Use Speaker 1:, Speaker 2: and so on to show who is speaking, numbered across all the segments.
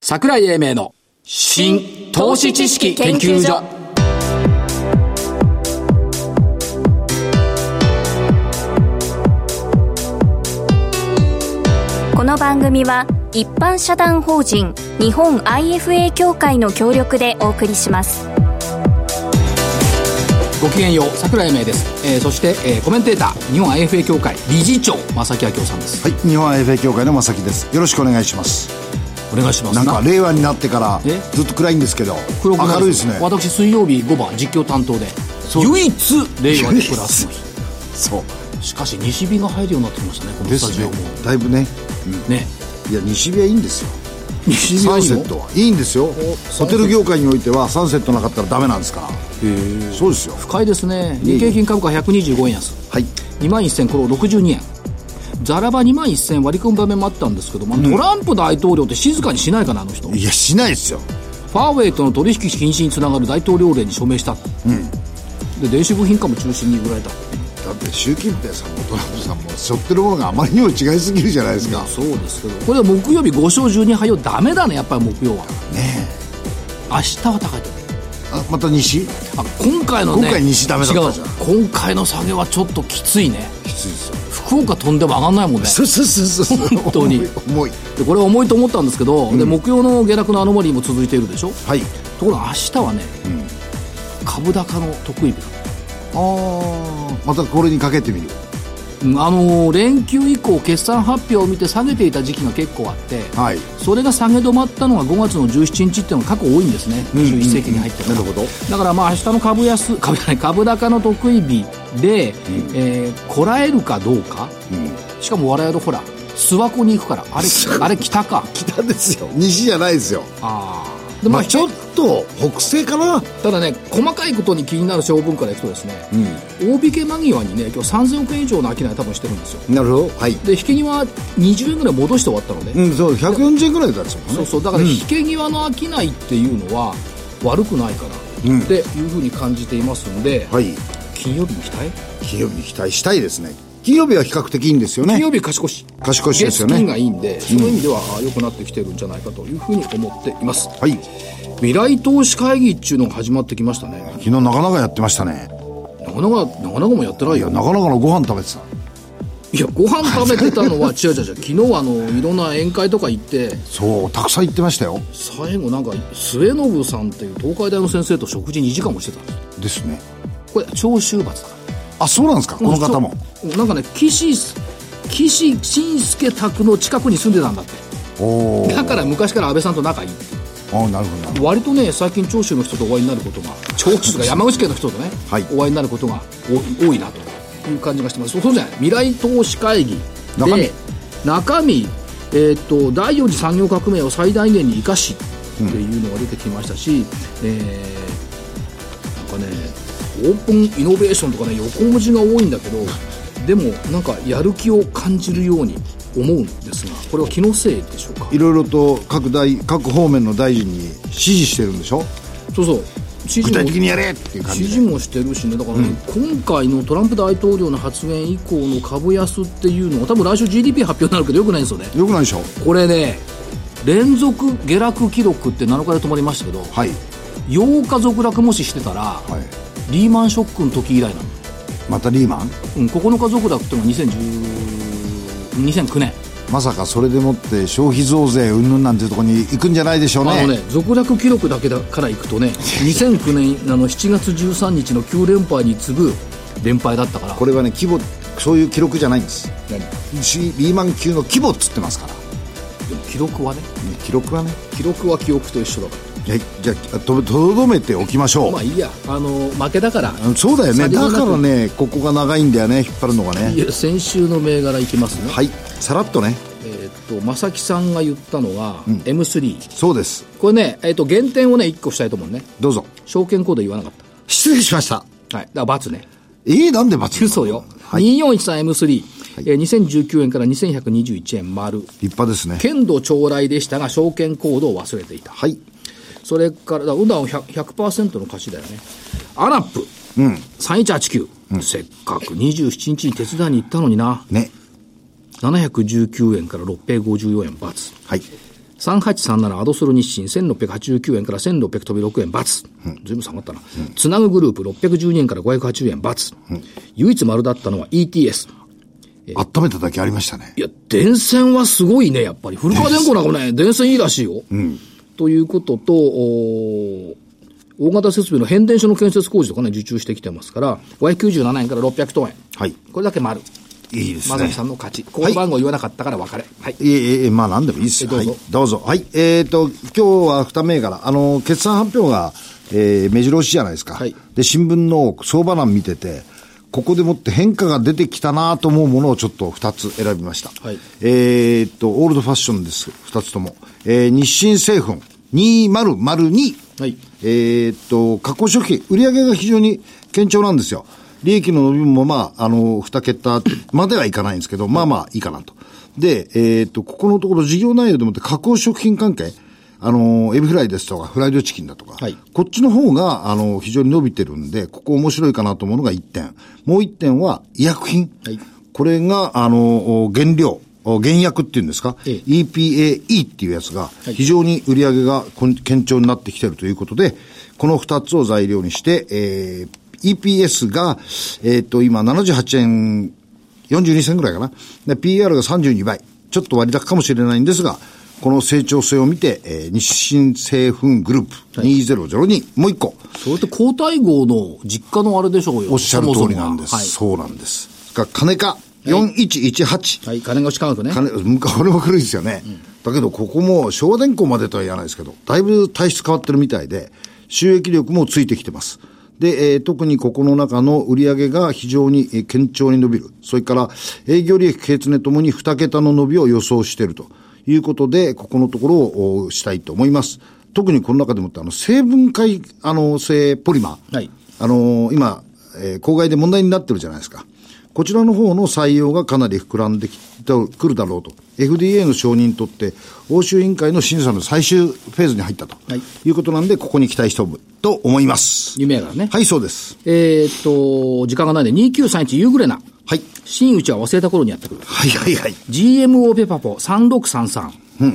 Speaker 1: 桜井英明の新投資知識研究所
Speaker 2: この番組は一般社団法人日本 IFA 協会の協力でお送りします
Speaker 1: ごきげんよう桜井英明です、えーそして、えーコメンテーター日本 IFA 協会理事長正木明夫さんです、
Speaker 3: はい、日本 FA 協会の正木です。よろしくお願いします。
Speaker 1: お願いします
Speaker 3: なんか令和になってから
Speaker 1: え
Speaker 3: ずっと暗いんですけど、
Speaker 1: 黒くな
Speaker 3: 明るいですね。
Speaker 1: 私水曜日5番実況担当で唯一令和でプラ スの日
Speaker 3: そ
Speaker 1: しかし西日が入るようになってきましたねこ
Speaker 3: う
Speaker 1: の
Speaker 3: で
Speaker 1: スタ
Speaker 3: す
Speaker 1: ジ
Speaker 3: ね
Speaker 1: オも。
Speaker 3: だいぶね、
Speaker 1: ね
Speaker 3: いや西日はいいんですよ。
Speaker 1: 西
Speaker 3: サ
Speaker 1: は
Speaker 3: ン
Speaker 1: いい
Speaker 3: セ
Speaker 1: の
Speaker 3: ットはいいんですよ。ホテル業界においてはサンセットなかったらダメなんですから。そうですよ。
Speaker 1: 深いですね日経平均株価125円安
Speaker 3: はい。
Speaker 1: 2万1000これを62円ザラバ2万1000割り込む場面もあったんですけど、まあトランプ大統領って静かにしないかなあの人フ
Speaker 3: いやしないですよ。
Speaker 1: ァーウェイとの取引禁止につながる大統領令に署名した、で電子部品化も中心に売られた
Speaker 3: だって習近平さんもトランプさんも背負ってるものがあまりにも違いすぎるじゃないですか。
Speaker 1: そうですけどこれは木曜日5勝12敗をダメだねやっぱり木曜は
Speaker 3: ね
Speaker 1: 明日は高いと
Speaker 3: え。あまた西？
Speaker 1: あ今回のね
Speaker 3: 今回西ダメだったじゃん
Speaker 1: 違う今回の下げはちょっときついね
Speaker 3: きついですよ。
Speaker 1: 福岡飛んでも上がんないもんね
Speaker 3: そうそうそうそう。
Speaker 1: 本当に
Speaker 3: 重い。重い
Speaker 1: でこれは重いと思ったんですけど、で木曜の下落のアノマリーも続いているでしょ
Speaker 3: はい。
Speaker 1: ところが明日はね、株高の得意日だ、
Speaker 3: ああ。またこれにかけてみ
Speaker 1: う
Speaker 3: る。
Speaker 1: んあのー連休以降決算発表を見て下げていた時期が結構あって、
Speaker 3: はい。
Speaker 1: それが下げ止まったのが5月の17日っていうのが過去多いんですね、21世紀に入ってから、
Speaker 3: なるほど
Speaker 1: だからまあ明日の株 安株じゃない株高の得意日で、えーこらえるかどうか、しかも我々ほら諏訪湖に行くからあ れあれ北か
Speaker 3: 北ですよ西じゃないですよ
Speaker 1: ああで
Speaker 3: ま
Speaker 1: まあ
Speaker 3: あちょっと北西かな
Speaker 1: ただね細かいことに気になる小分からいくとですね、大引け間際にね今日3000億円以上の商い多分してるんですよ
Speaker 3: なるほどはい
Speaker 1: で引け際20円ぐらい戻して終わったので、
Speaker 3: うんそう140円ぐらいだったんです
Speaker 1: そ
Speaker 3: もん
Speaker 1: う
Speaker 3: ね
Speaker 1: そうだから引け際の商いっていうのは悪くないかな
Speaker 3: うん
Speaker 1: っていうふうに感じていますんで、
Speaker 3: はい
Speaker 1: 金曜日に期待
Speaker 3: 金曜日に期待したいですね金曜日は比較的いいんですよ
Speaker 1: 金
Speaker 3: ね
Speaker 1: 曜日賢し
Speaker 3: 賢しですよ
Speaker 1: 月金
Speaker 3: ね
Speaker 1: がいいんでその意味ではあ良くなってきてるんじゃないかというふうに思っています、
Speaker 3: はい
Speaker 1: 未来投資会議っていうのが始まってきましたね
Speaker 3: 昨日なかなかやってましたね
Speaker 1: なかなかなかなかもやってない
Speaker 3: いや
Speaker 1: よ
Speaker 3: なかなかのご飯食べてた
Speaker 1: いやご飯食べてたのは 違う違う違う昨日はあのいろんな宴会とか行って
Speaker 3: そうたくさん行ってましたよ
Speaker 1: 最後なんか末信さんっていう東海大の先生と食事2時間もしてたんです
Speaker 3: ですね
Speaker 1: これ長州罰だから
Speaker 3: あそうなんですかこの方も
Speaker 1: そうなんかね岸岸信介宅の近くに住んでたんだって
Speaker 3: おお
Speaker 1: だから昔から安倍さんと仲いいって
Speaker 3: あなるほどなるほ
Speaker 1: 割とね最近長州の人とお会いになることが長州が山口県の人とね、
Speaker 3: はい
Speaker 1: お会いになることがお多いなという感じがしてますそうそうじゃない未来投資会議
Speaker 3: 中身
Speaker 1: で中身えーっと第4次産業革命を最大限に生かしっていうのが出てきましたし、えーなんかねオープンイノベーションとかね横文字が多いんだけどでもなんかやる気を感じるように思うんですがこれは気のせいでしょうか
Speaker 3: どいろいろと各大各方面の大臣に指示してるんでしょ
Speaker 1: そうそう指示も
Speaker 3: 具体的にやれっていう感
Speaker 1: 支
Speaker 3: じ
Speaker 1: 持
Speaker 3: で
Speaker 1: もしてるしね、だからね、今回のトランプ大統領の発言以降の株安っていうのは、多分来週 GDP 発表になるけど、よくないんですよね、
Speaker 3: よくないでしょ
Speaker 1: これね、連続下落記録って7日で止まりましたけど、
Speaker 3: はい
Speaker 1: 8日続落もししてたら、
Speaker 3: はい
Speaker 1: リーマンショックの時以来なの、
Speaker 3: またリーマン
Speaker 1: うん、9日続落っていうのが2010 2009年、
Speaker 3: まさかそれでもって消費増税云々なんていうところに行くんじゃないでしょう
Speaker 1: あ
Speaker 3: ね
Speaker 1: のね、続落記録だけだからいく とね、2009年あの7月13日の9連敗に次ぐ連敗だったから、
Speaker 3: これはね規模そういう記録じゃないんです
Speaker 1: 何で
Speaker 3: しリーマン級の規模っつってますから
Speaker 1: も記録はね、
Speaker 3: 記録はね
Speaker 1: 記録は記憶と一緒だから。
Speaker 3: はいじゃあととどめておきましょう、
Speaker 1: まあいいや、あの負けだから、
Speaker 3: うんそうだよね
Speaker 1: さりげな
Speaker 3: だ
Speaker 1: く
Speaker 3: からねここが長いんだよね引っ張るのが
Speaker 1: い
Speaker 3: ね
Speaker 1: や先週の銘柄いきますね、
Speaker 3: はいさらっとね
Speaker 1: えーっと正木さんが言ったのが、M3、
Speaker 3: そうです
Speaker 1: これね、えーっと減点をね、1個したいと思うね、
Speaker 3: どうぞ
Speaker 1: 証券コード言わなかっ
Speaker 3: 失礼しました
Speaker 1: た、はい、だから罰ね、
Speaker 3: えー、なんで罰
Speaker 1: 嘘よ、
Speaker 3: はい、
Speaker 1: 2413M3、えー2019円から2121円丸、
Speaker 3: 立派ですね
Speaker 1: 剣道将来でしたが、証券コードを忘れていた、
Speaker 3: はい
Speaker 1: それから、だからうだん 100%, 100%の貸しだよね、アラップ、
Speaker 3: うん
Speaker 1: 3189、せっかく27日に手伝いに行ったのにな。
Speaker 3: ね
Speaker 1: 719円から654円×
Speaker 3: はい
Speaker 1: 3837アドソル日清1689円から1600飛び6円×、ずいぶん下がったな、つなぐグループ612円から580円×、唯一丸だったのは ETS
Speaker 3: 温めただけありましたね
Speaker 1: い。や電線はすごいねやっぱり古川電工なんかね電線いいらしいよ、ということとおー大型設備の変電所の建設工事とかね受注してきてますから597円から600トン円
Speaker 3: はい。
Speaker 1: これだけ丸
Speaker 3: いいです
Speaker 1: まさみ
Speaker 3: ね
Speaker 1: さ。んの勝ちこの番号言わなかったから別れはい
Speaker 3: ええええまあ何でもいいですよ。
Speaker 1: えど
Speaker 3: は
Speaker 1: う
Speaker 3: い
Speaker 1: ぞ。
Speaker 3: どうぞ。はい。えっ、と、今日は2銘柄。あの、決算発表が、えー目白押しじゃないですか。
Speaker 1: はい
Speaker 3: で、新聞の相場欄見てて、ここでもって変化が出てきたなと思うものをちょっと2つ選びました。
Speaker 1: はい
Speaker 3: えっ、と、オールドファッションです。2つとも。えー日清製粉2002。
Speaker 1: はい
Speaker 3: えーっと、加工食品、売り上げが非常に堅調なんですよ。利益の伸びもまあ、あの、二桁まではいかないんですけど、まあまあいいかなと。で、えーっと、ここのところ事業内容でもって加工食品関係、あの、エビフライですとか、フライドチキンだとか、
Speaker 1: はい
Speaker 3: こっちの方が、あの、非常に伸びてるんで、ここ面白いかなと思うのが1点。もう1点は、医薬品。
Speaker 1: はい
Speaker 3: これが、あの、お原料、お原薬っていうんですか、
Speaker 1: ええ
Speaker 3: EPAE っていうやつが、
Speaker 1: い
Speaker 3: 非常に売り上げがこん堅調になってきてるということで、この2つを材料にして、えー EPS が、えっ、と、今78円42銭ぐらいかな。で、PR が32倍。ちょっと割高かもしれないんですが、この成長性を見て、えー日清製粉グループ2002、もう一個、
Speaker 1: それって皇太后の実家のあれでしょうよ。
Speaker 3: おっしゃる通りなんです。
Speaker 1: はい。
Speaker 3: そうなんです。が金か4118。
Speaker 1: はい、金越し科学ね。
Speaker 3: 金、うんこれも古いですよね。だけど、ここも昭和電工までとは言わないですけど、だいぶ体質変わってるみたいで、収益力もついてきてます。で、えー特にここの中の売り上げが非常にえー堅調に伸びる。それから、営業利益、経常ともに2桁の伸びを予想しているということで、ここのところをおしたいと思います。特にこの中でもって、あの、成分解、あの、性ポリマー。
Speaker 1: はい
Speaker 3: あのー今、えー公害で問題になってるじゃないですか。こちらの方の採用がかなり膨らんできてくるだろうと。FDA の承認にとって、欧州委員会の審査の最終フェーズに入ったと、
Speaker 1: はい
Speaker 3: い、うことなんで、ここに期待しておくと思います。
Speaker 1: 有名だね。
Speaker 3: はい、そうです。
Speaker 1: えーっと、時間がないんで、2931ユーグレナ。
Speaker 3: はい。
Speaker 1: 新内は忘れた頃にやってくる。
Speaker 3: はいはいはい。
Speaker 1: GMO ペパポ3633。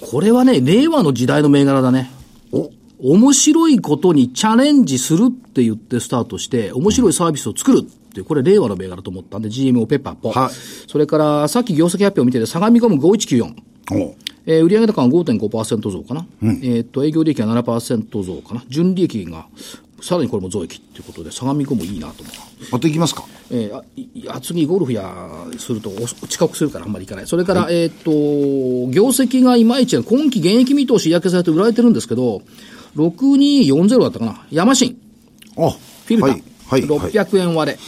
Speaker 1: これはね、令和の時代の銘柄だね。お面白いことにチャレンジするって言ってスタートして、面白いサービスを作るっていう、これ令和の銘柄と思ったんで、GMO ペパポ。
Speaker 3: はい
Speaker 1: それから、さっき業績発表見てて、相模ゴム5194。
Speaker 3: おう
Speaker 1: えー売上高が5.5%増かな、えーっと営業利益が7%増かな、純利益がさらにこれも増益ということで、相模湖もいいなと思う。
Speaker 3: また行きますか
Speaker 1: えーあい厚木ゴルフやするとお遅刻するからあんまり行かない。それから、えーっと、業績がいまいち、今期現役見通し嫌気されて売られてるんですけど、6240だったかな、山新、
Speaker 3: あ、
Speaker 1: フィルター、
Speaker 3: はい、はい、はい。
Speaker 1: 600円割れ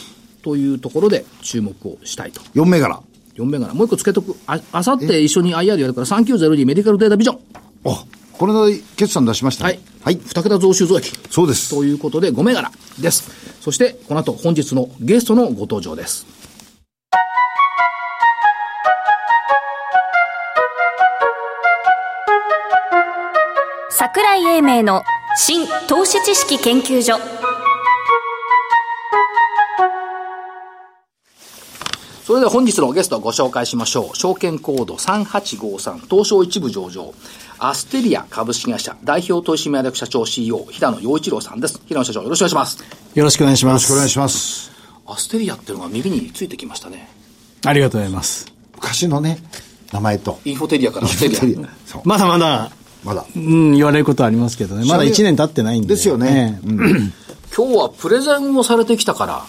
Speaker 1: というところで注目をしたいと。
Speaker 3: 4銘柄。
Speaker 1: 4銘柄。もう一個つけとく。あ、あさって一緒に IR やるから3902メディカルデータビジョン。
Speaker 3: あ、これで決算出しました、
Speaker 1: は
Speaker 3: ね。
Speaker 1: い。二桁増収増益。
Speaker 3: そうです。
Speaker 1: ということで5銘柄です。そして、この後、本日のゲストのご登場です。
Speaker 2: 桜井英明の新投資知識研究所
Speaker 1: それでは本日のゲストをご紹介しましょう。証券コード3853、東証一部上場、アステリア株式会社、代表取締役社長 CEO、平野陽一郎さんです。平野社長、よろしくお願いします。
Speaker 4: よろしくお願いしま
Speaker 3: よろし
Speaker 4: す。
Speaker 3: くお願いします。
Speaker 1: アステリアっていうのが耳についてきましたね。
Speaker 4: ありがとうございます。
Speaker 3: 昔のね、名前と。
Speaker 1: インフォテリアからアステリア。
Speaker 3: そう。
Speaker 4: まだまだ、
Speaker 3: まだ。
Speaker 4: うん、言われることはありますけどね。まだ1年経ってないん
Speaker 3: で
Speaker 4: で。
Speaker 3: すよね
Speaker 4: ええ
Speaker 1: 今日はプレゼンをされてきたから、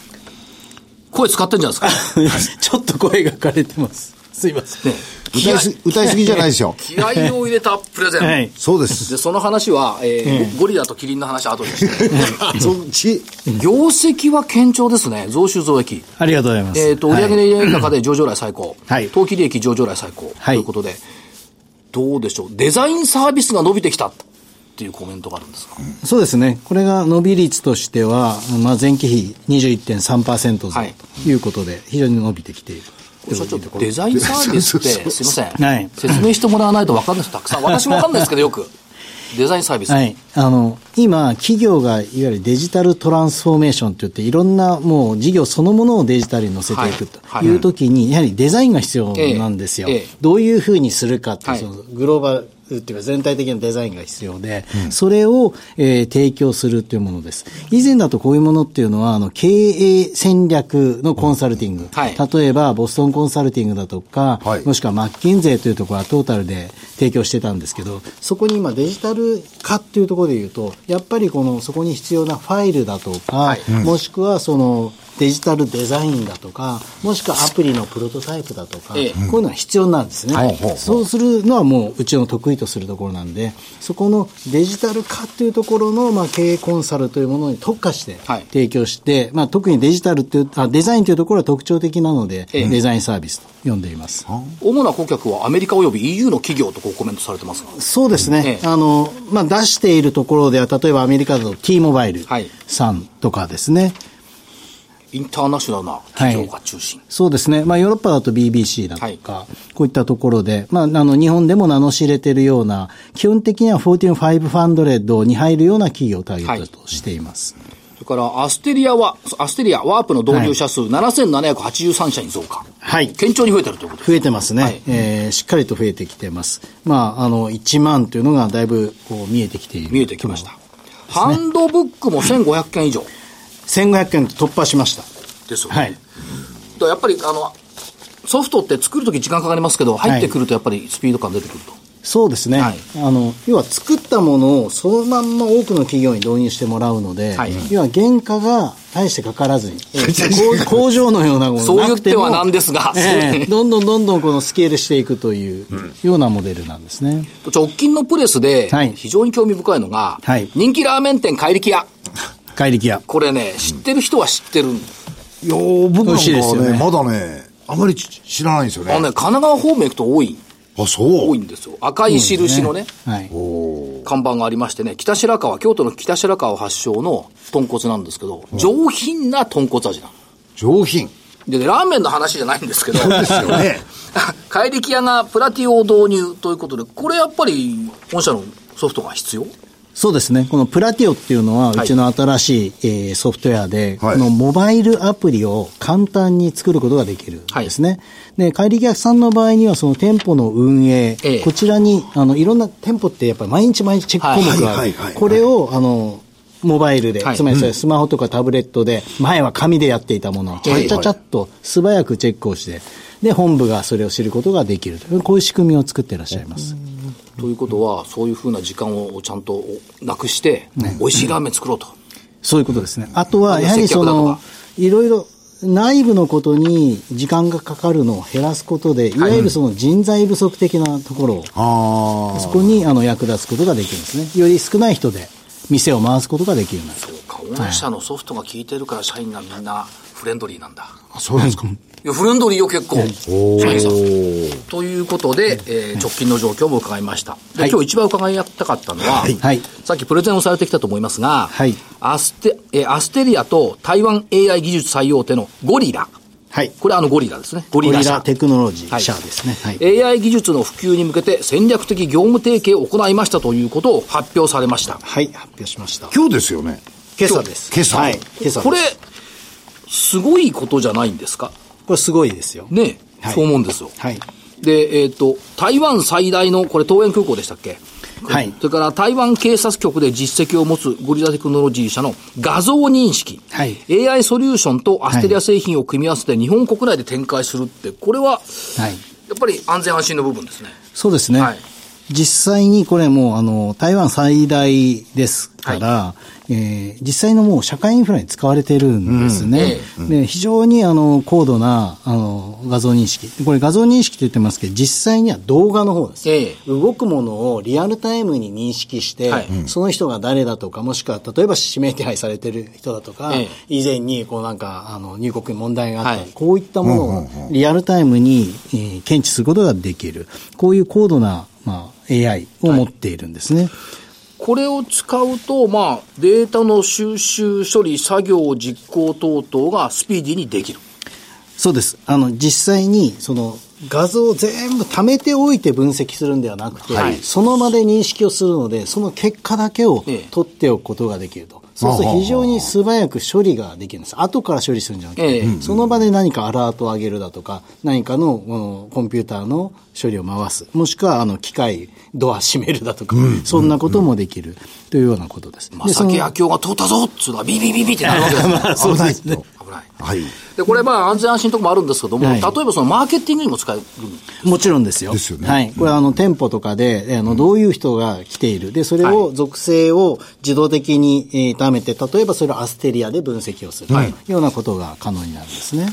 Speaker 1: 声使ってんじゃないです か。
Speaker 4: ちょっと声が枯れてます。すいません。
Speaker 3: 歌いすぎ、歌いすぎじゃないですよ。
Speaker 1: 気合を入れたプレゼン。
Speaker 4: はい
Speaker 3: そうで す
Speaker 1: で、。その話は、えーゴリラとキリンの話は後にして。
Speaker 3: そっち。
Speaker 1: 業績は堅調ですね。増収増益。
Speaker 4: ありがとうございます。
Speaker 1: えっ、と、売
Speaker 4: はい
Speaker 1: 上の利益高で上場来最高。
Speaker 4: はい
Speaker 1: 投機利益上場来最高。
Speaker 4: はい
Speaker 1: ということで、どうでしょう。デザインサービスが伸びてきたっていうコメントがあるんですが。
Speaker 4: そうですね。これが伸び率としては、まあ、前期比21.3%増
Speaker 1: はい
Speaker 4: ということで、非常に伸びてきている。
Speaker 1: これ社長、デザインサービスって、 すいません、
Speaker 4: はい
Speaker 1: 説明してもらわないと分かんないです。たくさん。私も分かんないですけど、よく。デザインサービス。
Speaker 4: はい。あの、今、企業がいわゆるデジタルトランスフォーメーションといって、いろんなもう事業そのものをデジタルに乗せていくと
Speaker 1: はいはい
Speaker 4: いうときに、やはりデザインが必要なんですよ。
Speaker 1: ええええ
Speaker 4: どういうふうにするかって、
Speaker 1: はい
Speaker 4: そのグローバっていうか全体的なデザインが必要で、それを、えー提供するというものです。以前だとこういうものっていうのは、あの、経営戦略のコンサルティング。
Speaker 1: はい
Speaker 4: 例えば、ボストンコンサルティングだとか、
Speaker 3: はい
Speaker 4: もしくはマッキンゼーというところはトータルで提供してたんですけど、そこに今デジタル化っていうところで言うと、やっぱりこの、そこに必要なファイルだとか、もしくはその、デジタルデザインだとか、もしくはアプリのプロトタイプだとか、
Speaker 1: ええ
Speaker 4: こういうのは必要なんですね。
Speaker 3: はいほうほう
Speaker 4: そうするのはもううちの得意とするところなんで、そこのデジタル化というところの、まあ、経営コンサルというものに特化して
Speaker 1: はい
Speaker 4: 提供して、まあ、特にデジタルっていうあ、デザインというところは特徴的なので、
Speaker 1: ええ
Speaker 4: デザインサービスと呼んでいます。
Speaker 1: 主な顧客はアメリカおよび EU の企業とこうコメントされてますが
Speaker 4: そうですね、
Speaker 1: ええ
Speaker 4: あのまあ、出しているところでは、例えばアメリカだと T モバイル
Speaker 1: はい
Speaker 4: さんとかですね、
Speaker 1: インターナショナルな企業が中心、
Speaker 4: そうですね、まあ、ヨーロッパだと BBC だとか、こういったところで、まあ、あの日本でも名の知れてるような、基本的には14500に入るような企業をターゲットとしています。
Speaker 1: それからアステリアはアステリアワープの導入者数7783社に増加、
Speaker 4: はい
Speaker 1: 堅調に増えてるということです
Speaker 4: 増えてますね、
Speaker 1: はい
Speaker 4: えーしっかりと増えてきてます。まあ、あの、1万というのがだいぶこう見えてきている。
Speaker 1: 見えてきました、ハンドブックも1500件以上
Speaker 4: 1500件突破しました。
Speaker 1: ですよね、
Speaker 4: はい。
Speaker 1: だからやっぱりあのソフトって作るとき時間かかりますけど入ってくるとやっぱりスピード感出てくると、
Speaker 4: そうですね、
Speaker 1: はい
Speaker 4: あの要は作ったものをそのまんま多くの企業に導入してもらうので、
Speaker 1: はい
Speaker 4: 要は原価が大してかか らずに、工工場のようなもの
Speaker 1: そう
Speaker 4: な
Speaker 1: 言っ
Speaker 4: くて
Speaker 1: て
Speaker 4: も
Speaker 1: はなんですが、
Speaker 4: ええどんどんどんどんこのスケールしていくというようなモデルなんですね。
Speaker 1: 直近のプレスで
Speaker 4: はい
Speaker 1: 非常に興味深いのが、
Speaker 4: はい
Speaker 1: 人気ラーメン店怪力屋
Speaker 4: 怪力屋。
Speaker 1: これね知ってる人は知ってる
Speaker 3: いやー僕
Speaker 4: 美
Speaker 3: なん
Speaker 4: 味しい
Speaker 3: か
Speaker 4: ですよね
Speaker 3: はね、まだね、あまりち知らないんですよ
Speaker 1: あのね
Speaker 3: ね。
Speaker 1: 神奈川方面行くと多い
Speaker 3: あ、そ
Speaker 1: 多
Speaker 3: う
Speaker 1: い。んですよ赤い印のね
Speaker 4: はい。
Speaker 1: 看板がありましてね北白川京都の北白川発祥の豚骨なんですけど、上品な豚骨味なの
Speaker 3: 上品。
Speaker 1: でねラーメンの話じゃないんですけど
Speaker 3: ですよね
Speaker 1: 怪力屋がプラティオを導入ということでこれやっぱり本社のソフトが必要
Speaker 4: そうですね。このプラティオっていうのは、
Speaker 1: はいう
Speaker 4: ちの新しい、えーソフトウェアで、
Speaker 3: はい
Speaker 4: このモバイルアプリを簡単に作ることができるんですね。で、帰り客さんの場合には、その店舗の運営、
Speaker 1: ええ
Speaker 4: こちらに、あの、いろんな店舗ってやっぱり毎日毎日チェック項目がある。
Speaker 3: はいはいはいはい
Speaker 4: これを、あの、モバイルで、
Speaker 1: はい
Speaker 4: つまりそれスマホとかタブレットで、前は紙でやっていたものを、ちゃ
Speaker 3: はい
Speaker 4: ちゃちゃっと素早くチェックをして、で、本部がそれを知ることができるという、こういう仕組みを作ってらっしゃいます。
Speaker 1: ということはそういうふうな時間をちゃんとなくして、美味しいラーメン作ろうと、
Speaker 4: そういうことですね。あとは、
Speaker 1: あ
Speaker 4: やはりそ
Speaker 1: 接客だ
Speaker 4: の
Speaker 1: とか、
Speaker 4: いろいろ内部のことに時間がかかるのを減らすことで、いわゆるその人材不足的なところを、
Speaker 3: あ
Speaker 4: そこにあの役立つことができるんですね。より少ない人で店を回すことができるようになる。
Speaker 1: そうか御社のソフトが効いてるから社員がみんなフレンドリーなんだ
Speaker 3: あ。そうなんですか。
Speaker 1: いやフレンドリーよ結構
Speaker 3: お
Speaker 1: 社員さん
Speaker 3: ー
Speaker 1: ということで、えー直近の状況も伺いました。で、
Speaker 4: はい
Speaker 1: 今日一番伺いたかったのは、
Speaker 3: はい
Speaker 4: はい
Speaker 1: さっきプレゼンをされてきたと思いますが、
Speaker 4: はい
Speaker 1: アステ、えーアステリアと台湾 AI 技術最大手のゴリラ。
Speaker 4: はい。
Speaker 1: これあのゴリラですね。ゴ
Speaker 4: ゴ
Speaker 1: リラ
Speaker 4: リ
Speaker 1: 社。
Speaker 4: ラテクノロジ
Speaker 1: は
Speaker 4: ー
Speaker 1: い
Speaker 4: 社ですね。はい。
Speaker 1: AI 技術の普及に向けて戦略的業務提携を行いましたということを発表されました。
Speaker 4: はい、発表しました。
Speaker 3: 今日ですよね。
Speaker 4: 今朝です。
Speaker 3: 今朝
Speaker 4: はい。今朝です
Speaker 1: これ、すごいことじゃないんですか
Speaker 4: これすごいですよ。
Speaker 1: ねえ、
Speaker 4: はい
Speaker 1: そう思うんですよ。
Speaker 4: はい。
Speaker 1: で、えっ、と、台湾最大の、これ、桃園空港でしたっけ
Speaker 4: はい
Speaker 1: それから台湾警察局で実績を持つゴリラテクノロジー社の画像認識、
Speaker 4: はい
Speaker 1: AI ソリューションとアステリア製品を組み合わせて日本国内で展開するって、これは
Speaker 4: はい。
Speaker 1: やっぱり安全安心の部分ですね。
Speaker 4: そうですね。
Speaker 1: はい
Speaker 4: 実際にこれもうあの台湾最大ですから、えー実際のもう社会インフラに使われてるんですね。で非常にあの高度なあの画像認識。これ画像認識って言ってますけど、実際には動画の方です。
Speaker 1: ええ
Speaker 4: 動くものをリアルタイムに認識して、
Speaker 1: はいうん
Speaker 4: その人が誰だとか、もしくは例えば指名手配されてる人だとか、
Speaker 1: ええ
Speaker 4: 以前にこうなんかあの入国に問題があったり、
Speaker 1: はい
Speaker 4: こういったものをリアルタイムに、えー検知することができる。こういう高度な、まあ、AI を持っているんですね。
Speaker 1: これを使うと、まあ、データの収集、処理、作業、実行等々がスピーディーにできる。
Speaker 4: そうです。あの、実際に、その、画像を全部貯めておいて分析するんではなくて、
Speaker 1: はい
Speaker 4: その場で認識をするので、その結果だけを
Speaker 1: ええ
Speaker 4: 取っておくことができると。そうすると非常に素早く処理ができるんです。後から処理するんじゃなくて、
Speaker 1: ええ
Speaker 4: その場で何かアラートを上げるだとか、何かのこのコンピューターの処理を回す。もしくは、あの、機械、ドア閉めるだとか、そんなこともできる、というようなことです。
Speaker 1: まさき野球が通ったぞっつうのはビビビビってなるわけで すよ
Speaker 3: 危ないと。
Speaker 1: 危ない。
Speaker 3: はい。
Speaker 1: で、これまあ安全安心のとこもあるんですけども、
Speaker 4: はい
Speaker 1: 例えばそのマーケティングにも使える。
Speaker 4: もちろんですよ。
Speaker 3: ですよね
Speaker 4: はい。これはあの、店舗とかで、えーあの、どういう人が来ている。で、それを、属性を自動的に、えー貯めて、例えばそれをアステリアで分析をする。ようなことが可能になるんですね。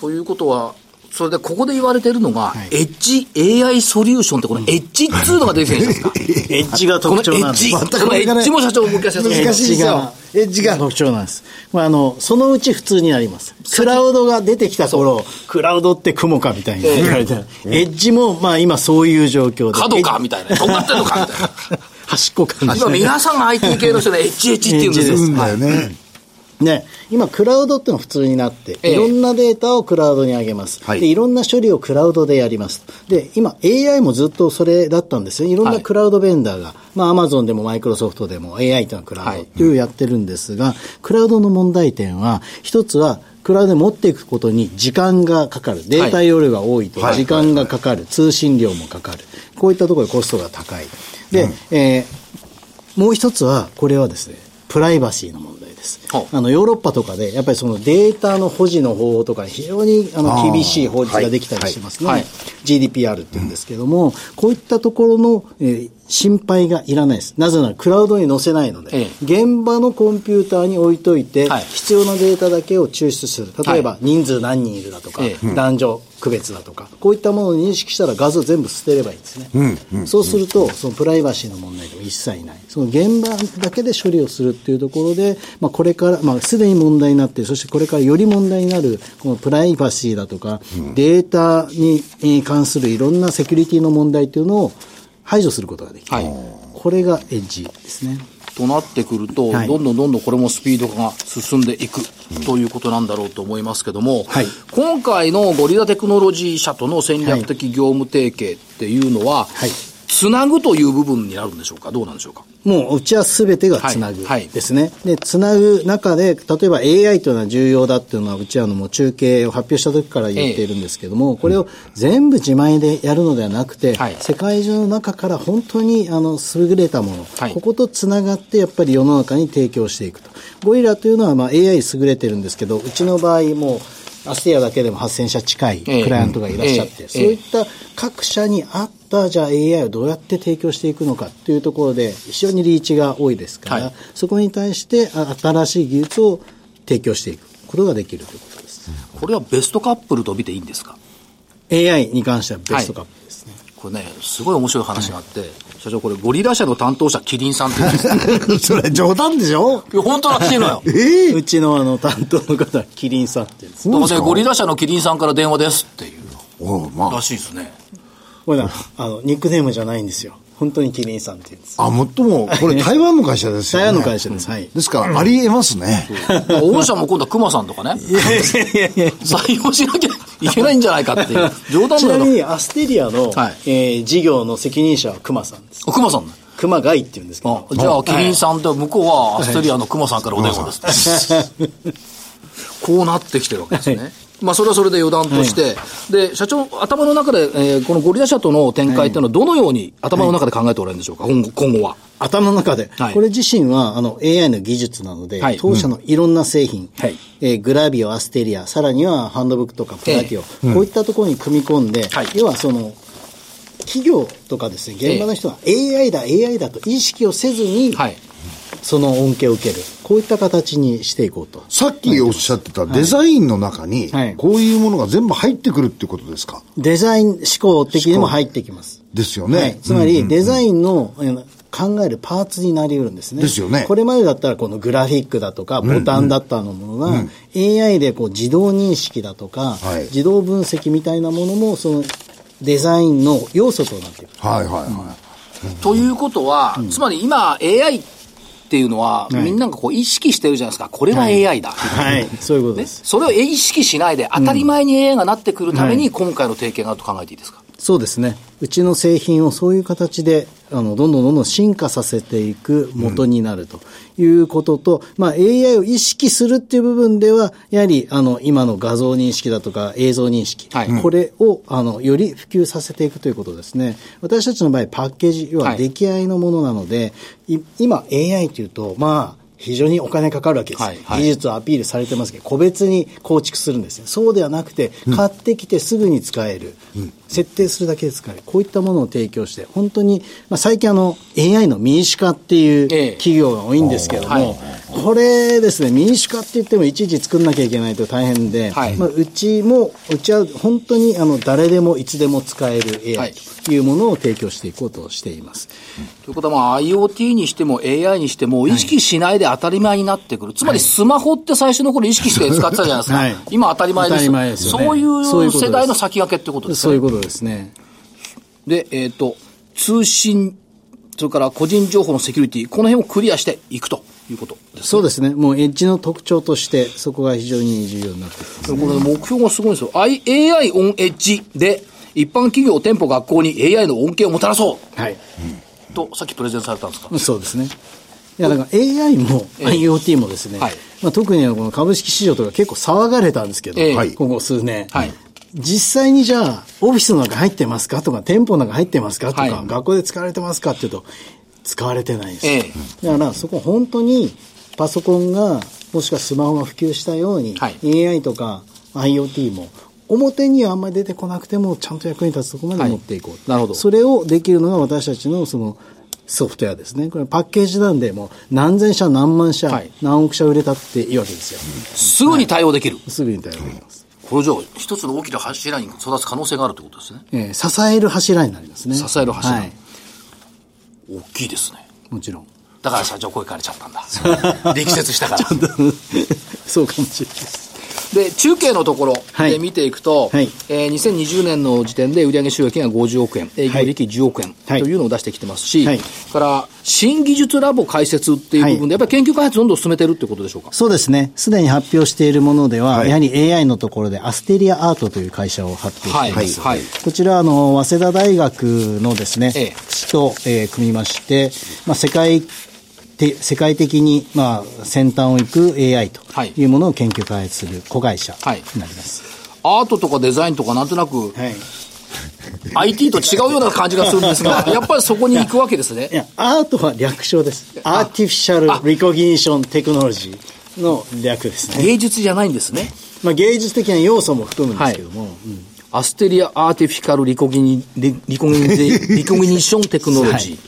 Speaker 1: ということは、それでここで言われてるのが、
Speaker 4: はい
Speaker 1: エッジ AI ソリューションってこのエッジっていうのが出てきてるんで すか
Speaker 4: エッジが
Speaker 1: この
Speaker 4: 特
Speaker 1: エ
Speaker 4: 徴
Speaker 1: ッ
Speaker 4: なんです
Speaker 1: ジ、。このエッジも社長も昔やってた
Speaker 3: 難しいですよ
Speaker 4: エッジが特徴なんです。まあ、あの、そのうち普通になります。クラウドが出てきた頃、クラウドって雲かみたいに言われて、エッジも、まあ今そういう状況で。
Speaker 1: 角か
Speaker 4: エッジ
Speaker 1: みたいな。どうなってんのかみたいな。
Speaker 4: 端っこかみ たいな
Speaker 1: 今皆さんが IT 系の人でエッジエッジって言うんです
Speaker 4: エ
Speaker 1: よ
Speaker 4: ッジ
Speaker 3: う
Speaker 4: で。
Speaker 3: んだよね。
Speaker 4: ね、今、クラウドってのが普通になって、
Speaker 1: ええ
Speaker 4: いろんなデータをクラウドに上げます、
Speaker 3: はい
Speaker 4: で。いろんな処理をクラウドでやります。で、今、AI もずっとそれだったんですよ。いろん
Speaker 1: は
Speaker 4: ないクラウドベンダーが、まあ、アマゾンでもマイクロソフトでも AI というのはクラウ
Speaker 1: は
Speaker 4: ド
Speaker 1: い
Speaker 4: というやってるんですが、クラウドの問題点は、一つは、クラウドで持っていくことに時間がかかる。データ容量が多いと
Speaker 3: はい
Speaker 4: 時間がかかる。通信量もかかる。こういったところでコストが高い。で、えーもう一つは、これはですね、プライバシーの問題です
Speaker 1: は。
Speaker 4: あの、ヨーロッパとかで、やっぱりそのデータの保持の方法とか、非常にあ
Speaker 3: あー
Speaker 4: の厳しい法律ができたりしてますね。
Speaker 1: はいはい
Speaker 4: GDPR って言うんですけども、こういったところの、えー心配がいらないです。なぜなら、クラウドに載せないので、
Speaker 1: ええ
Speaker 4: 現場のコンピューターに置いといて、
Speaker 1: はい
Speaker 4: 必要なデータだけを抽出する。例えば
Speaker 1: は、
Speaker 4: 人数何人いるだとか、
Speaker 1: ええ
Speaker 4: 男女区別だとか、こういったものを認識したら画像全部捨てればいいんですね。そうすると、そのプライバシーの問題でも一切ない。その現場だけで処理をするっていうところで、まあこれから、まあすでに問題になっている、そしてこれからより問題になる、このプライバシーだとか、データにえー関するいろんなセキュリティの問題っていうのを排除することができる。
Speaker 1: はい
Speaker 4: これがエッジですね。
Speaker 1: となってくると、
Speaker 4: はい
Speaker 1: どんどんどんどんこれもスピードが進んでいくということなんだろうと思いますけども、
Speaker 4: はい
Speaker 1: 今回のゴリラテクノロジー社との戦略的業務提携っていうのは、
Speaker 4: はい
Speaker 1: つなぐという部分になるんでしょうか、どうなんでしょうか。
Speaker 4: もううちは全てがつなぐ
Speaker 1: はいはい
Speaker 4: ですね、でつなぐ中で例えば AI というのは重要だっていうのはうちはあのもう中継を発表した時から言っているんですけども、これを全部自前でやるのではなくて、
Speaker 1: はい
Speaker 4: 世界中の中から本当にあの優れたもの、
Speaker 1: はい
Speaker 4: こことつながってやっぱり世の中に提供していくとゴリラというのはまあ AI 優れてるんですけどうちの場合もうアステアだけでも8000社近いク
Speaker 1: ええ
Speaker 4: ライアントがいらっしゃって、
Speaker 1: ええ
Speaker 4: そういった各社に合ったじゃあ AI をどうやって提供していくのかというところで非常にリーチが多いですから、
Speaker 1: はい
Speaker 4: そこに対してあ新しい技術を提供していくことができるということです、
Speaker 1: これはベストカップルと見ていいんですか
Speaker 4: AI に関してはベストカップですね、
Speaker 1: これね、すごい面白い話があって、社長これゴリラ社の担当者キリンさんって言うんですよ
Speaker 3: それ冗談でしょ
Speaker 1: いや本当は来てるのよ。
Speaker 3: ええ
Speaker 4: うちのあの担当の方はキリンさんっていうんです
Speaker 1: だ
Speaker 4: ね
Speaker 1: からねゴリラ社のキリンさんから電話ですっていう
Speaker 3: おうま
Speaker 1: ら
Speaker 3: あ。
Speaker 1: しいですね。
Speaker 4: これねあのニックネームじゃないんですよ本当にキリンさんっていうんです
Speaker 3: あ、もっとも、これ台湾の会社ですよ
Speaker 4: 台
Speaker 3: ね。
Speaker 4: 湾の会社です、はい
Speaker 3: ですから、ありえますね。
Speaker 1: 御社も今度は熊さんとかね、採用しなきゃいけないんじゃないかっていう、冗談
Speaker 4: ち
Speaker 1: だ
Speaker 4: な
Speaker 1: よ
Speaker 4: み
Speaker 1: な。
Speaker 4: にアステリアの、
Speaker 1: はい
Speaker 4: えー事業の責任者は熊さんです
Speaker 1: あ熊さんだ。
Speaker 4: 熊谷って言うんですけ
Speaker 1: あ
Speaker 4: ど
Speaker 1: じゃ
Speaker 4: は
Speaker 1: あ、
Speaker 4: い
Speaker 1: キリンさんと向こうはアステリアの熊さんからお電話です。 こうなってきてるわけですね。
Speaker 4: はい
Speaker 1: まあ、それはそれで余談として、で、社長、頭の中で、えーこのゴリラ社との展開っていうのは、どのように頭の中で考えておられるんでしょうか、今後今後は。
Speaker 4: 頭の中で、
Speaker 1: はい
Speaker 4: これ自身はあの AI の技術なので、
Speaker 1: はい
Speaker 4: 当社のいろんな製品、
Speaker 1: はい
Speaker 4: えーグラビオ、アステリア、さらにはハンドブックとかプラティオ、こういったところに組み込んで、
Speaker 1: はい
Speaker 4: 要はその、企業とかですね、現場の人は AI だ、AI だと意識をせずに、
Speaker 1: はい。
Speaker 4: その恩恵を受ける。こういった形にしていこうと。
Speaker 3: さっきおっしゃってたデザインの中に
Speaker 4: はい、
Speaker 3: こういうものが全部入ってくるってことですか
Speaker 4: デザイン思考的にも入ってきます。
Speaker 3: ですよ
Speaker 4: はい
Speaker 3: ね。
Speaker 4: つまり、デザインの、えー考えるパーツになり得るんですね。
Speaker 3: ですよね
Speaker 4: これまでだったら、このグラフィックだとか、ボタンだったのものが、AI でこう自動認識だとか、
Speaker 3: はい
Speaker 4: 自動分析みたいなものも、そのデザインの要素となっている。
Speaker 3: はいはいは
Speaker 1: ということは、つまり今、AI っていうのは、
Speaker 4: い
Speaker 1: みんながこう意識してるじゃないですか、これは AI だ。
Speaker 4: はい。そういうこと
Speaker 1: ね、
Speaker 4: です。
Speaker 1: それを意識しないで、当たり前に AI がなってくるため
Speaker 4: は
Speaker 1: に、
Speaker 4: い
Speaker 1: 今回の提携があると考えていいですか。
Speaker 4: そうですね。うちの製品をそういう形であのどんどんどんどん進化させていく元になるということと、まあ、AI を意識するっていう部分では、やはりあの今の画像認識だとか映像認識、
Speaker 1: はい
Speaker 4: これをあのより普及させていくということですね。私たちの場合、パッケージ、要
Speaker 1: は
Speaker 4: はい出来合いのものなので、い今 AI というと、まあ、非常にお金かかるわけです、
Speaker 1: はいはい
Speaker 4: 技術をアピールされてますけど、個別に構築するんですね。そうではなくて、買ってきてすぐに使える、設定するだけで使える。こういったものを提供して、本当に、まあ、最近あの、AI の民主化っていう
Speaker 1: ええ
Speaker 4: 企業が多いんですけども、
Speaker 1: はい
Speaker 4: これですね、民主化って言ってもいちいち作んなきゃいけないと大変で、
Speaker 1: はい
Speaker 4: まあ、うちも、うちは本当にあの誰でもいつでも使える
Speaker 1: は
Speaker 4: AI
Speaker 1: い
Speaker 4: というものを提供していこうとしています。
Speaker 1: ということは、まあ、IoT にしても AI にしても、意識しないで当たり前になってくる。つまり、スマホって最初の頃意識して使ってたじゃないですか。
Speaker 4: はい
Speaker 1: 今当たり前です。
Speaker 4: 当たり前です
Speaker 1: そ
Speaker 4: よね
Speaker 1: う
Speaker 4: そう
Speaker 1: い
Speaker 4: いううことです
Speaker 1: 世代の先駆けってことです
Speaker 4: そう
Speaker 1: ね。
Speaker 4: いうことですね。
Speaker 1: で、えっ、と、通信、それから個人情報のセキュリティ、この辺をクリアしていくということです。
Speaker 4: そうですね。もうエッジの特徴として、そこが非常に重要になってきま
Speaker 1: こ
Speaker 4: す。
Speaker 1: れ目標がすごいんですよ。I- AI オンエッジで、一般企業、店舗、学校に AI の恩恵をもたらそう
Speaker 4: はい。
Speaker 1: と、さっきプレゼンされたんですか。
Speaker 4: そうですね。いや、だから AI も
Speaker 1: ええ
Speaker 4: IoT もですね、
Speaker 1: はい
Speaker 4: まあ、特にあのこの株式市場とか結構騒がれたんですけど、
Speaker 1: ええ
Speaker 3: はい
Speaker 4: ここ数年。
Speaker 1: はい
Speaker 4: 実際にじゃあ、オフィスの中入ってますかとか、店舗の中入ってますかとか、
Speaker 1: はい
Speaker 4: 学校で使われてますかっていうと、使われてないです。
Speaker 1: え
Speaker 4: だから、そこ本当にパソコンが、もしくはスマホが普及したように、
Speaker 1: はい
Speaker 4: AI とか IoT も、表にはあんまり出てこなくても、ちゃんと役に立つところまで持っていこう、
Speaker 1: いなるほど
Speaker 4: それをできるのが私たちのそのソフトウェアですね。これパッケージなんで、もう何千社、何万社、
Speaker 1: はい
Speaker 4: 何億社売れたっていいわけですよ。
Speaker 1: すぐに対応できる。
Speaker 4: すぐに対応できます。
Speaker 1: これじゃあ、一つの大きな柱に育つ可能性があるということですね。
Speaker 4: えー支える柱になりますね。
Speaker 1: 支える柱
Speaker 4: はい。
Speaker 1: 大きいですね。
Speaker 4: もちろん。
Speaker 1: だから社長声変えちゃったんだ。力説したから。
Speaker 4: そうかもしれないです。
Speaker 1: で、中継のところ
Speaker 4: はい
Speaker 1: で見ていくと、
Speaker 4: はい
Speaker 1: えー2020年の時点で売上収益が50億円、営業利益10億円と
Speaker 4: はい
Speaker 1: いうのを出してきてますし、
Speaker 4: はい
Speaker 1: それから新技術ラボ開設っていう部分で、やっぱり研究開発どんどん進めてるってことでしょうか。
Speaker 4: そうですね。すでに発表しているものでは、
Speaker 3: はい
Speaker 4: やはり AI のところでアステリアアートという会社を発表しています。
Speaker 1: はい。
Speaker 4: こちら、あの、早稲田大学のですね、
Speaker 1: ええ
Speaker 4: 市と、えー組みまして、まあ、世界て、世界的に、まあ、先端を行く AI と
Speaker 1: はい
Speaker 4: いうものを研究開発する子会社
Speaker 1: はい
Speaker 4: になります。
Speaker 1: アートとかデザインとかなんとなく、
Speaker 4: はい。い
Speaker 1: IT と違うような感じがするんですが、やっぱりそこに行くわけですね。
Speaker 4: や、アートは略称です。アーティフィシャル・リコギニション・テクノロジーの略ですね。
Speaker 1: 芸術じゃないんですね。
Speaker 4: まあ、芸術的な要素も含むんですけども、うん
Speaker 1: アステリアアーティフィカルリコギニ、リリコギニ、リコギニションテクノロジ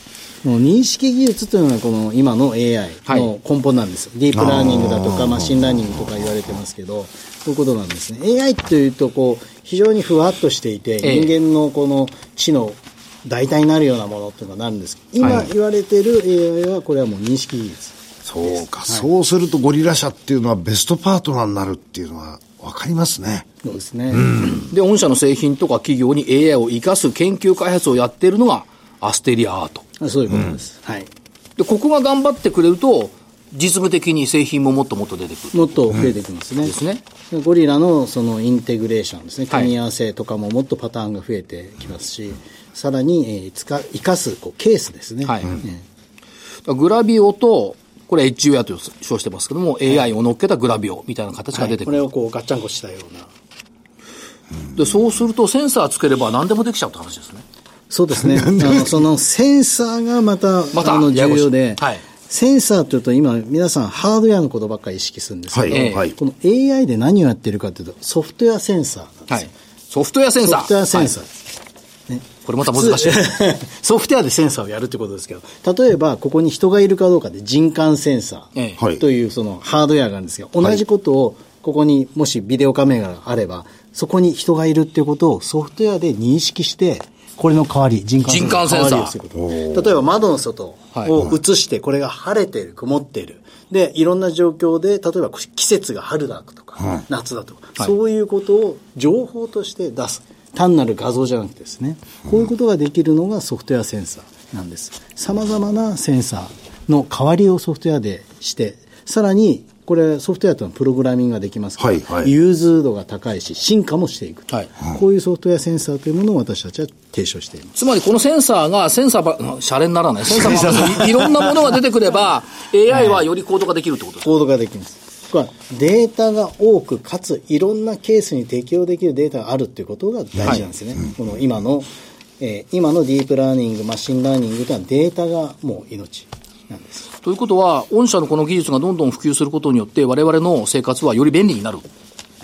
Speaker 1: ー。
Speaker 4: もう認識技術というのはこの今の AI の根本なんですよ、ディープラーニングだとかマシンラーニングとか言われてますけどそういうことなんですね AI というとこう非常にふわっとしていて、
Speaker 1: ええ
Speaker 4: 人間のこの知の代替になるようなものっていうのがなるんですけど今
Speaker 1: はい
Speaker 4: 言われてる AI はこれはもう認識技術
Speaker 3: そうか、そうするとゴリラ社っていうのはベストパートナーになるっていうのは分かりますね。
Speaker 4: そうですね、
Speaker 1: で、御社の製品とか企業に AI を生かす研究開発をやっているのがアステリアアート。
Speaker 4: そういうことです、はい
Speaker 1: で、ここが頑張ってくれると、実務的に製品ももっともっと出てくる。
Speaker 4: もっと増えてきますね。
Speaker 1: ですね
Speaker 4: ゴリラのそのインテグレーションですね。
Speaker 1: はい
Speaker 4: 組み合わせとかももっとパターンが増えてきますし、さらに、えー使、生かすこうケースですね。
Speaker 1: はい
Speaker 4: え
Speaker 1: グラビオと、これ HUI と称してますけども、AI を乗っけたグラビオみたいな形が出
Speaker 4: ー
Speaker 1: て
Speaker 4: こ
Speaker 1: く
Speaker 4: れ
Speaker 1: る。
Speaker 4: をこうガッチャンコしたような。
Speaker 1: で、そうするとセンサーつければ何でもできちゃうって話ですね。
Speaker 4: そうで すね。あの、そのセンサーがまた、
Speaker 1: また
Speaker 4: あの、
Speaker 1: やや
Speaker 4: 重
Speaker 1: こしい
Speaker 4: 要で、
Speaker 1: はい
Speaker 4: センサーというと今皆さんハードウェアのことばっかり意識するんですけど、
Speaker 1: ええ
Speaker 4: この AI で何をやってるかというと、ソフトウェアセンサーなんですよ。
Speaker 1: はい。ソフトウェアセンサー。
Speaker 4: ソフトウェアセンサー。
Speaker 1: これまた難しい。
Speaker 4: ソフトウェアでセンサーをやるってことですけど、例えばここに人がいるかどうかで人感センサ
Speaker 1: ええ
Speaker 3: は
Speaker 4: ー
Speaker 3: い
Speaker 4: というそのハードウェアがあるんですが、同じことをここにもしビデオカメラがあれば、そこに人がいるっていうことをソフトウェアで認識して、これの代わり、人感センサー。
Speaker 1: 人感センサー
Speaker 4: 代わりをすること例えば窓の外を映して、これが晴れてる、曇ってる。で、いろんな状況で、例えば季節が春だとか、夏だとか、
Speaker 1: はい
Speaker 4: そういうことを情報として出す。単なる画像じゃなくてですね、こういうことができるのがソフトウェアセンサーなんです。様々なセンサーの代わりをソフトウェアでして、さらにこれソフトウェアというのはプログラミングができますから、
Speaker 3: はいはい
Speaker 4: 融通度が高いし、進化もしていくと、
Speaker 1: はい
Speaker 4: こういうソフトウェアセンサーというものを私たちは提唱しています。
Speaker 1: つまりこのセンサーが、センサーば、 うんシャレにならない。センサーが、いいろんなものが出てくれば、AI はより高度化できるってことです。
Speaker 4: コードができます。これはデータが多く、かついろんなケースに適用できるデータがあるっていうことが大事なんですよね。この今の、えー今のディープラーニング、マシンラーニングというのはデータがもう命なんです。
Speaker 1: ということは、御社のこの技術がどんどん普及することによって、我々の生活はより便利になる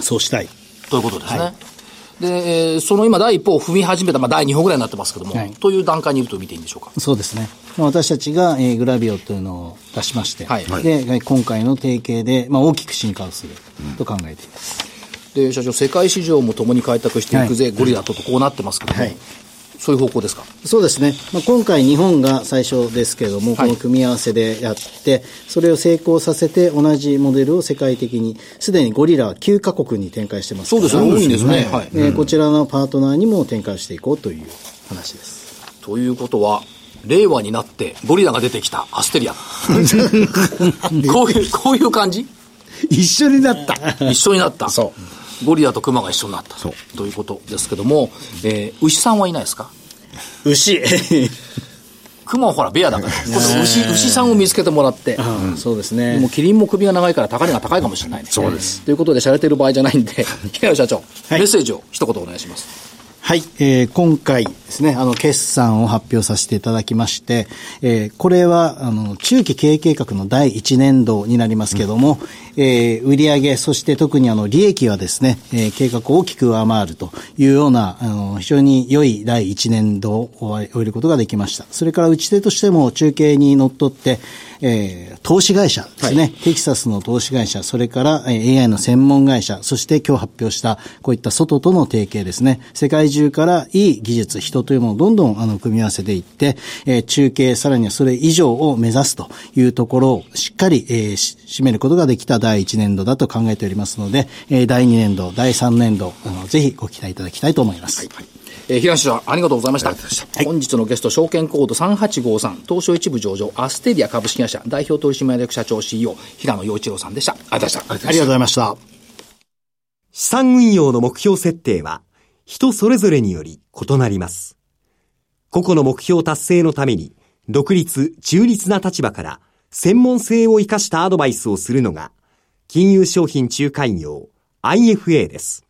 Speaker 4: そうしたい。
Speaker 1: ということですね。で、えーその今第一歩を踏み始めた、まあ第二歩ぐらいになってますけども、
Speaker 4: はい
Speaker 1: という段階にいると見ていいんでしょうか。
Speaker 4: そうですね。まあ私たちが、えーグラビオというのを出しまして、
Speaker 1: はいはい
Speaker 4: で、今回の提携で、まあ、大きく進化をすると考えています。
Speaker 1: で、社長、世界市場も共に開拓していくぜ、ゴリラととこうなってますけども、
Speaker 4: はい
Speaker 1: そういう方向ですか。
Speaker 4: そうですね、まあ、今回、日本が最初ですけれども、
Speaker 1: はい
Speaker 4: この組み合わせでやって、それを成功させて、同じモデルを世界的に、すでにゴリラは9カ国に展開してます
Speaker 1: そうですね、多いんですね。はい。
Speaker 4: えーこちらのパートナーにも展開していこうという話です。
Speaker 1: ということは、令和になってゴリラが出てきたアステ リア。こういう、こういう感じ
Speaker 3: 一緒になった。
Speaker 1: 一緒になった。
Speaker 3: そ
Speaker 1: ゴリラとクマが一緒になった。
Speaker 3: そう
Speaker 1: ということですけども、えー牛さんはいないですか
Speaker 4: 牛
Speaker 1: クマはほら、ベアだから。今度牛、牛さんを見つけてもらって。
Speaker 4: そうです
Speaker 1: でも
Speaker 4: ね
Speaker 1: う。キリンも首が長いから高値が高いかもしれないね。そうです。ということで、しゃれてる場合じゃないんで、平野社長、
Speaker 4: はい
Speaker 1: メッセージを一言お願いします。
Speaker 4: はい、えー今回ですね、あの、決算を発表させていただきまして、えーこれは、あの、中期経営計画の第1年度になりますけども、えー売上そして特にあの、利益はですね、えー計画を大きく上回るというような、あの、非常に良い第1年度を終え終えることができました。それから、打ち手としても中継にのっとって、えー投資会社ですね、テキサスの投資会社、それからえー AI の専門会社、そして今日発表したこういった外との提携ですね、世界中からいい技術、人というものをどんどんあの組み合わせていって、えー中継、さらにはそれ以上を目指すというところをしっかり、えーし締めることができた第1年度だと考えておりますので、えー第2年度、第3年度、あのぜひご期待いただきたいと思います。
Speaker 1: えー、平野社長、ありがとうございました。本日のゲスト、証券コード3853、東証一部上場、アステリア株式会社、代表取締役社長 CEO、平野陽一郎さんでした。ありがとうございました。
Speaker 4: ありがとうございました。
Speaker 5: 資産運用の目標設定は人それぞれにより異なります。個々の目標達成のために独立、中立な立場から専門性を生かしたアドバイスをするのが金融商品仲介業 IFA です。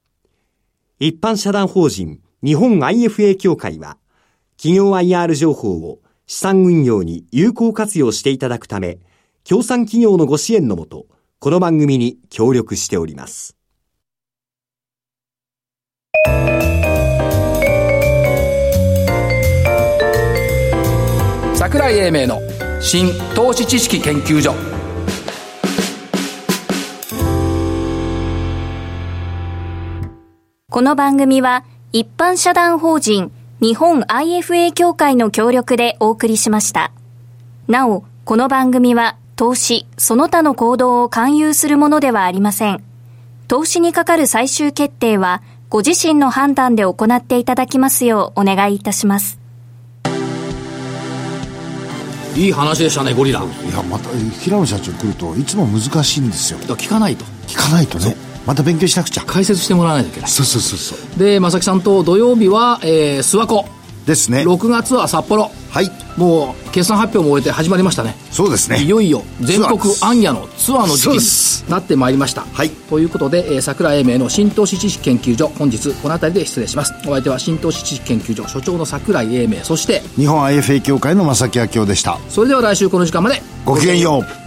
Speaker 5: 一般社団法人日本 IFA 協会は企業 IR 情報を資産運用に有効活用していただくため、協賛企業のご支援のもと、この番組に協力しております。
Speaker 1: 桜井英明の新投資知識研究所
Speaker 2: この番組は一般社団法人日本 IFA 協会の協力でお送りしました。なお、この番組は投資、その他の行動を勧誘するものではありません。投資にかかる最終決定はご自身の判断で行っていただきますようお願いいたします。
Speaker 1: いい話でしたねゴリラだか
Speaker 3: いや、また、平野社長来ると、いつも難しいんですよ。
Speaker 1: ら聞かないと
Speaker 3: 聞かないとね。また勉強しなくちゃ。
Speaker 1: 解説してもらわないといけない
Speaker 3: そうそうそうそう。
Speaker 1: で正木さんと土曜日は、えー、諏訪湖
Speaker 3: ですね。
Speaker 1: 6月は札幌
Speaker 3: はい。
Speaker 1: もう決算発表も終えて始まりましたね
Speaker 3: そうですね。
Speaker 1: いよいよ全国
Speaker 3: ツア
Speaker 1: アンヤのツアーの
Speaker 3: そう
Speaker 1: 時
Speaker 3: で
Speaker 1: 期
Speaker 3: す
Speaker 1: になってまいりました、
Speaker 3: はい
Speaker 1: ということで、えー、桜井英明の新投資知識研究所本日この辺りで失礼しますお相手は新投資知識研究所所長の桜井英明そして
Speaker 3: 日本 IFA 協会の正木明夫でした。
Speaker 1: それでは来週この時間まで
Speaker 3: ごきげんよう。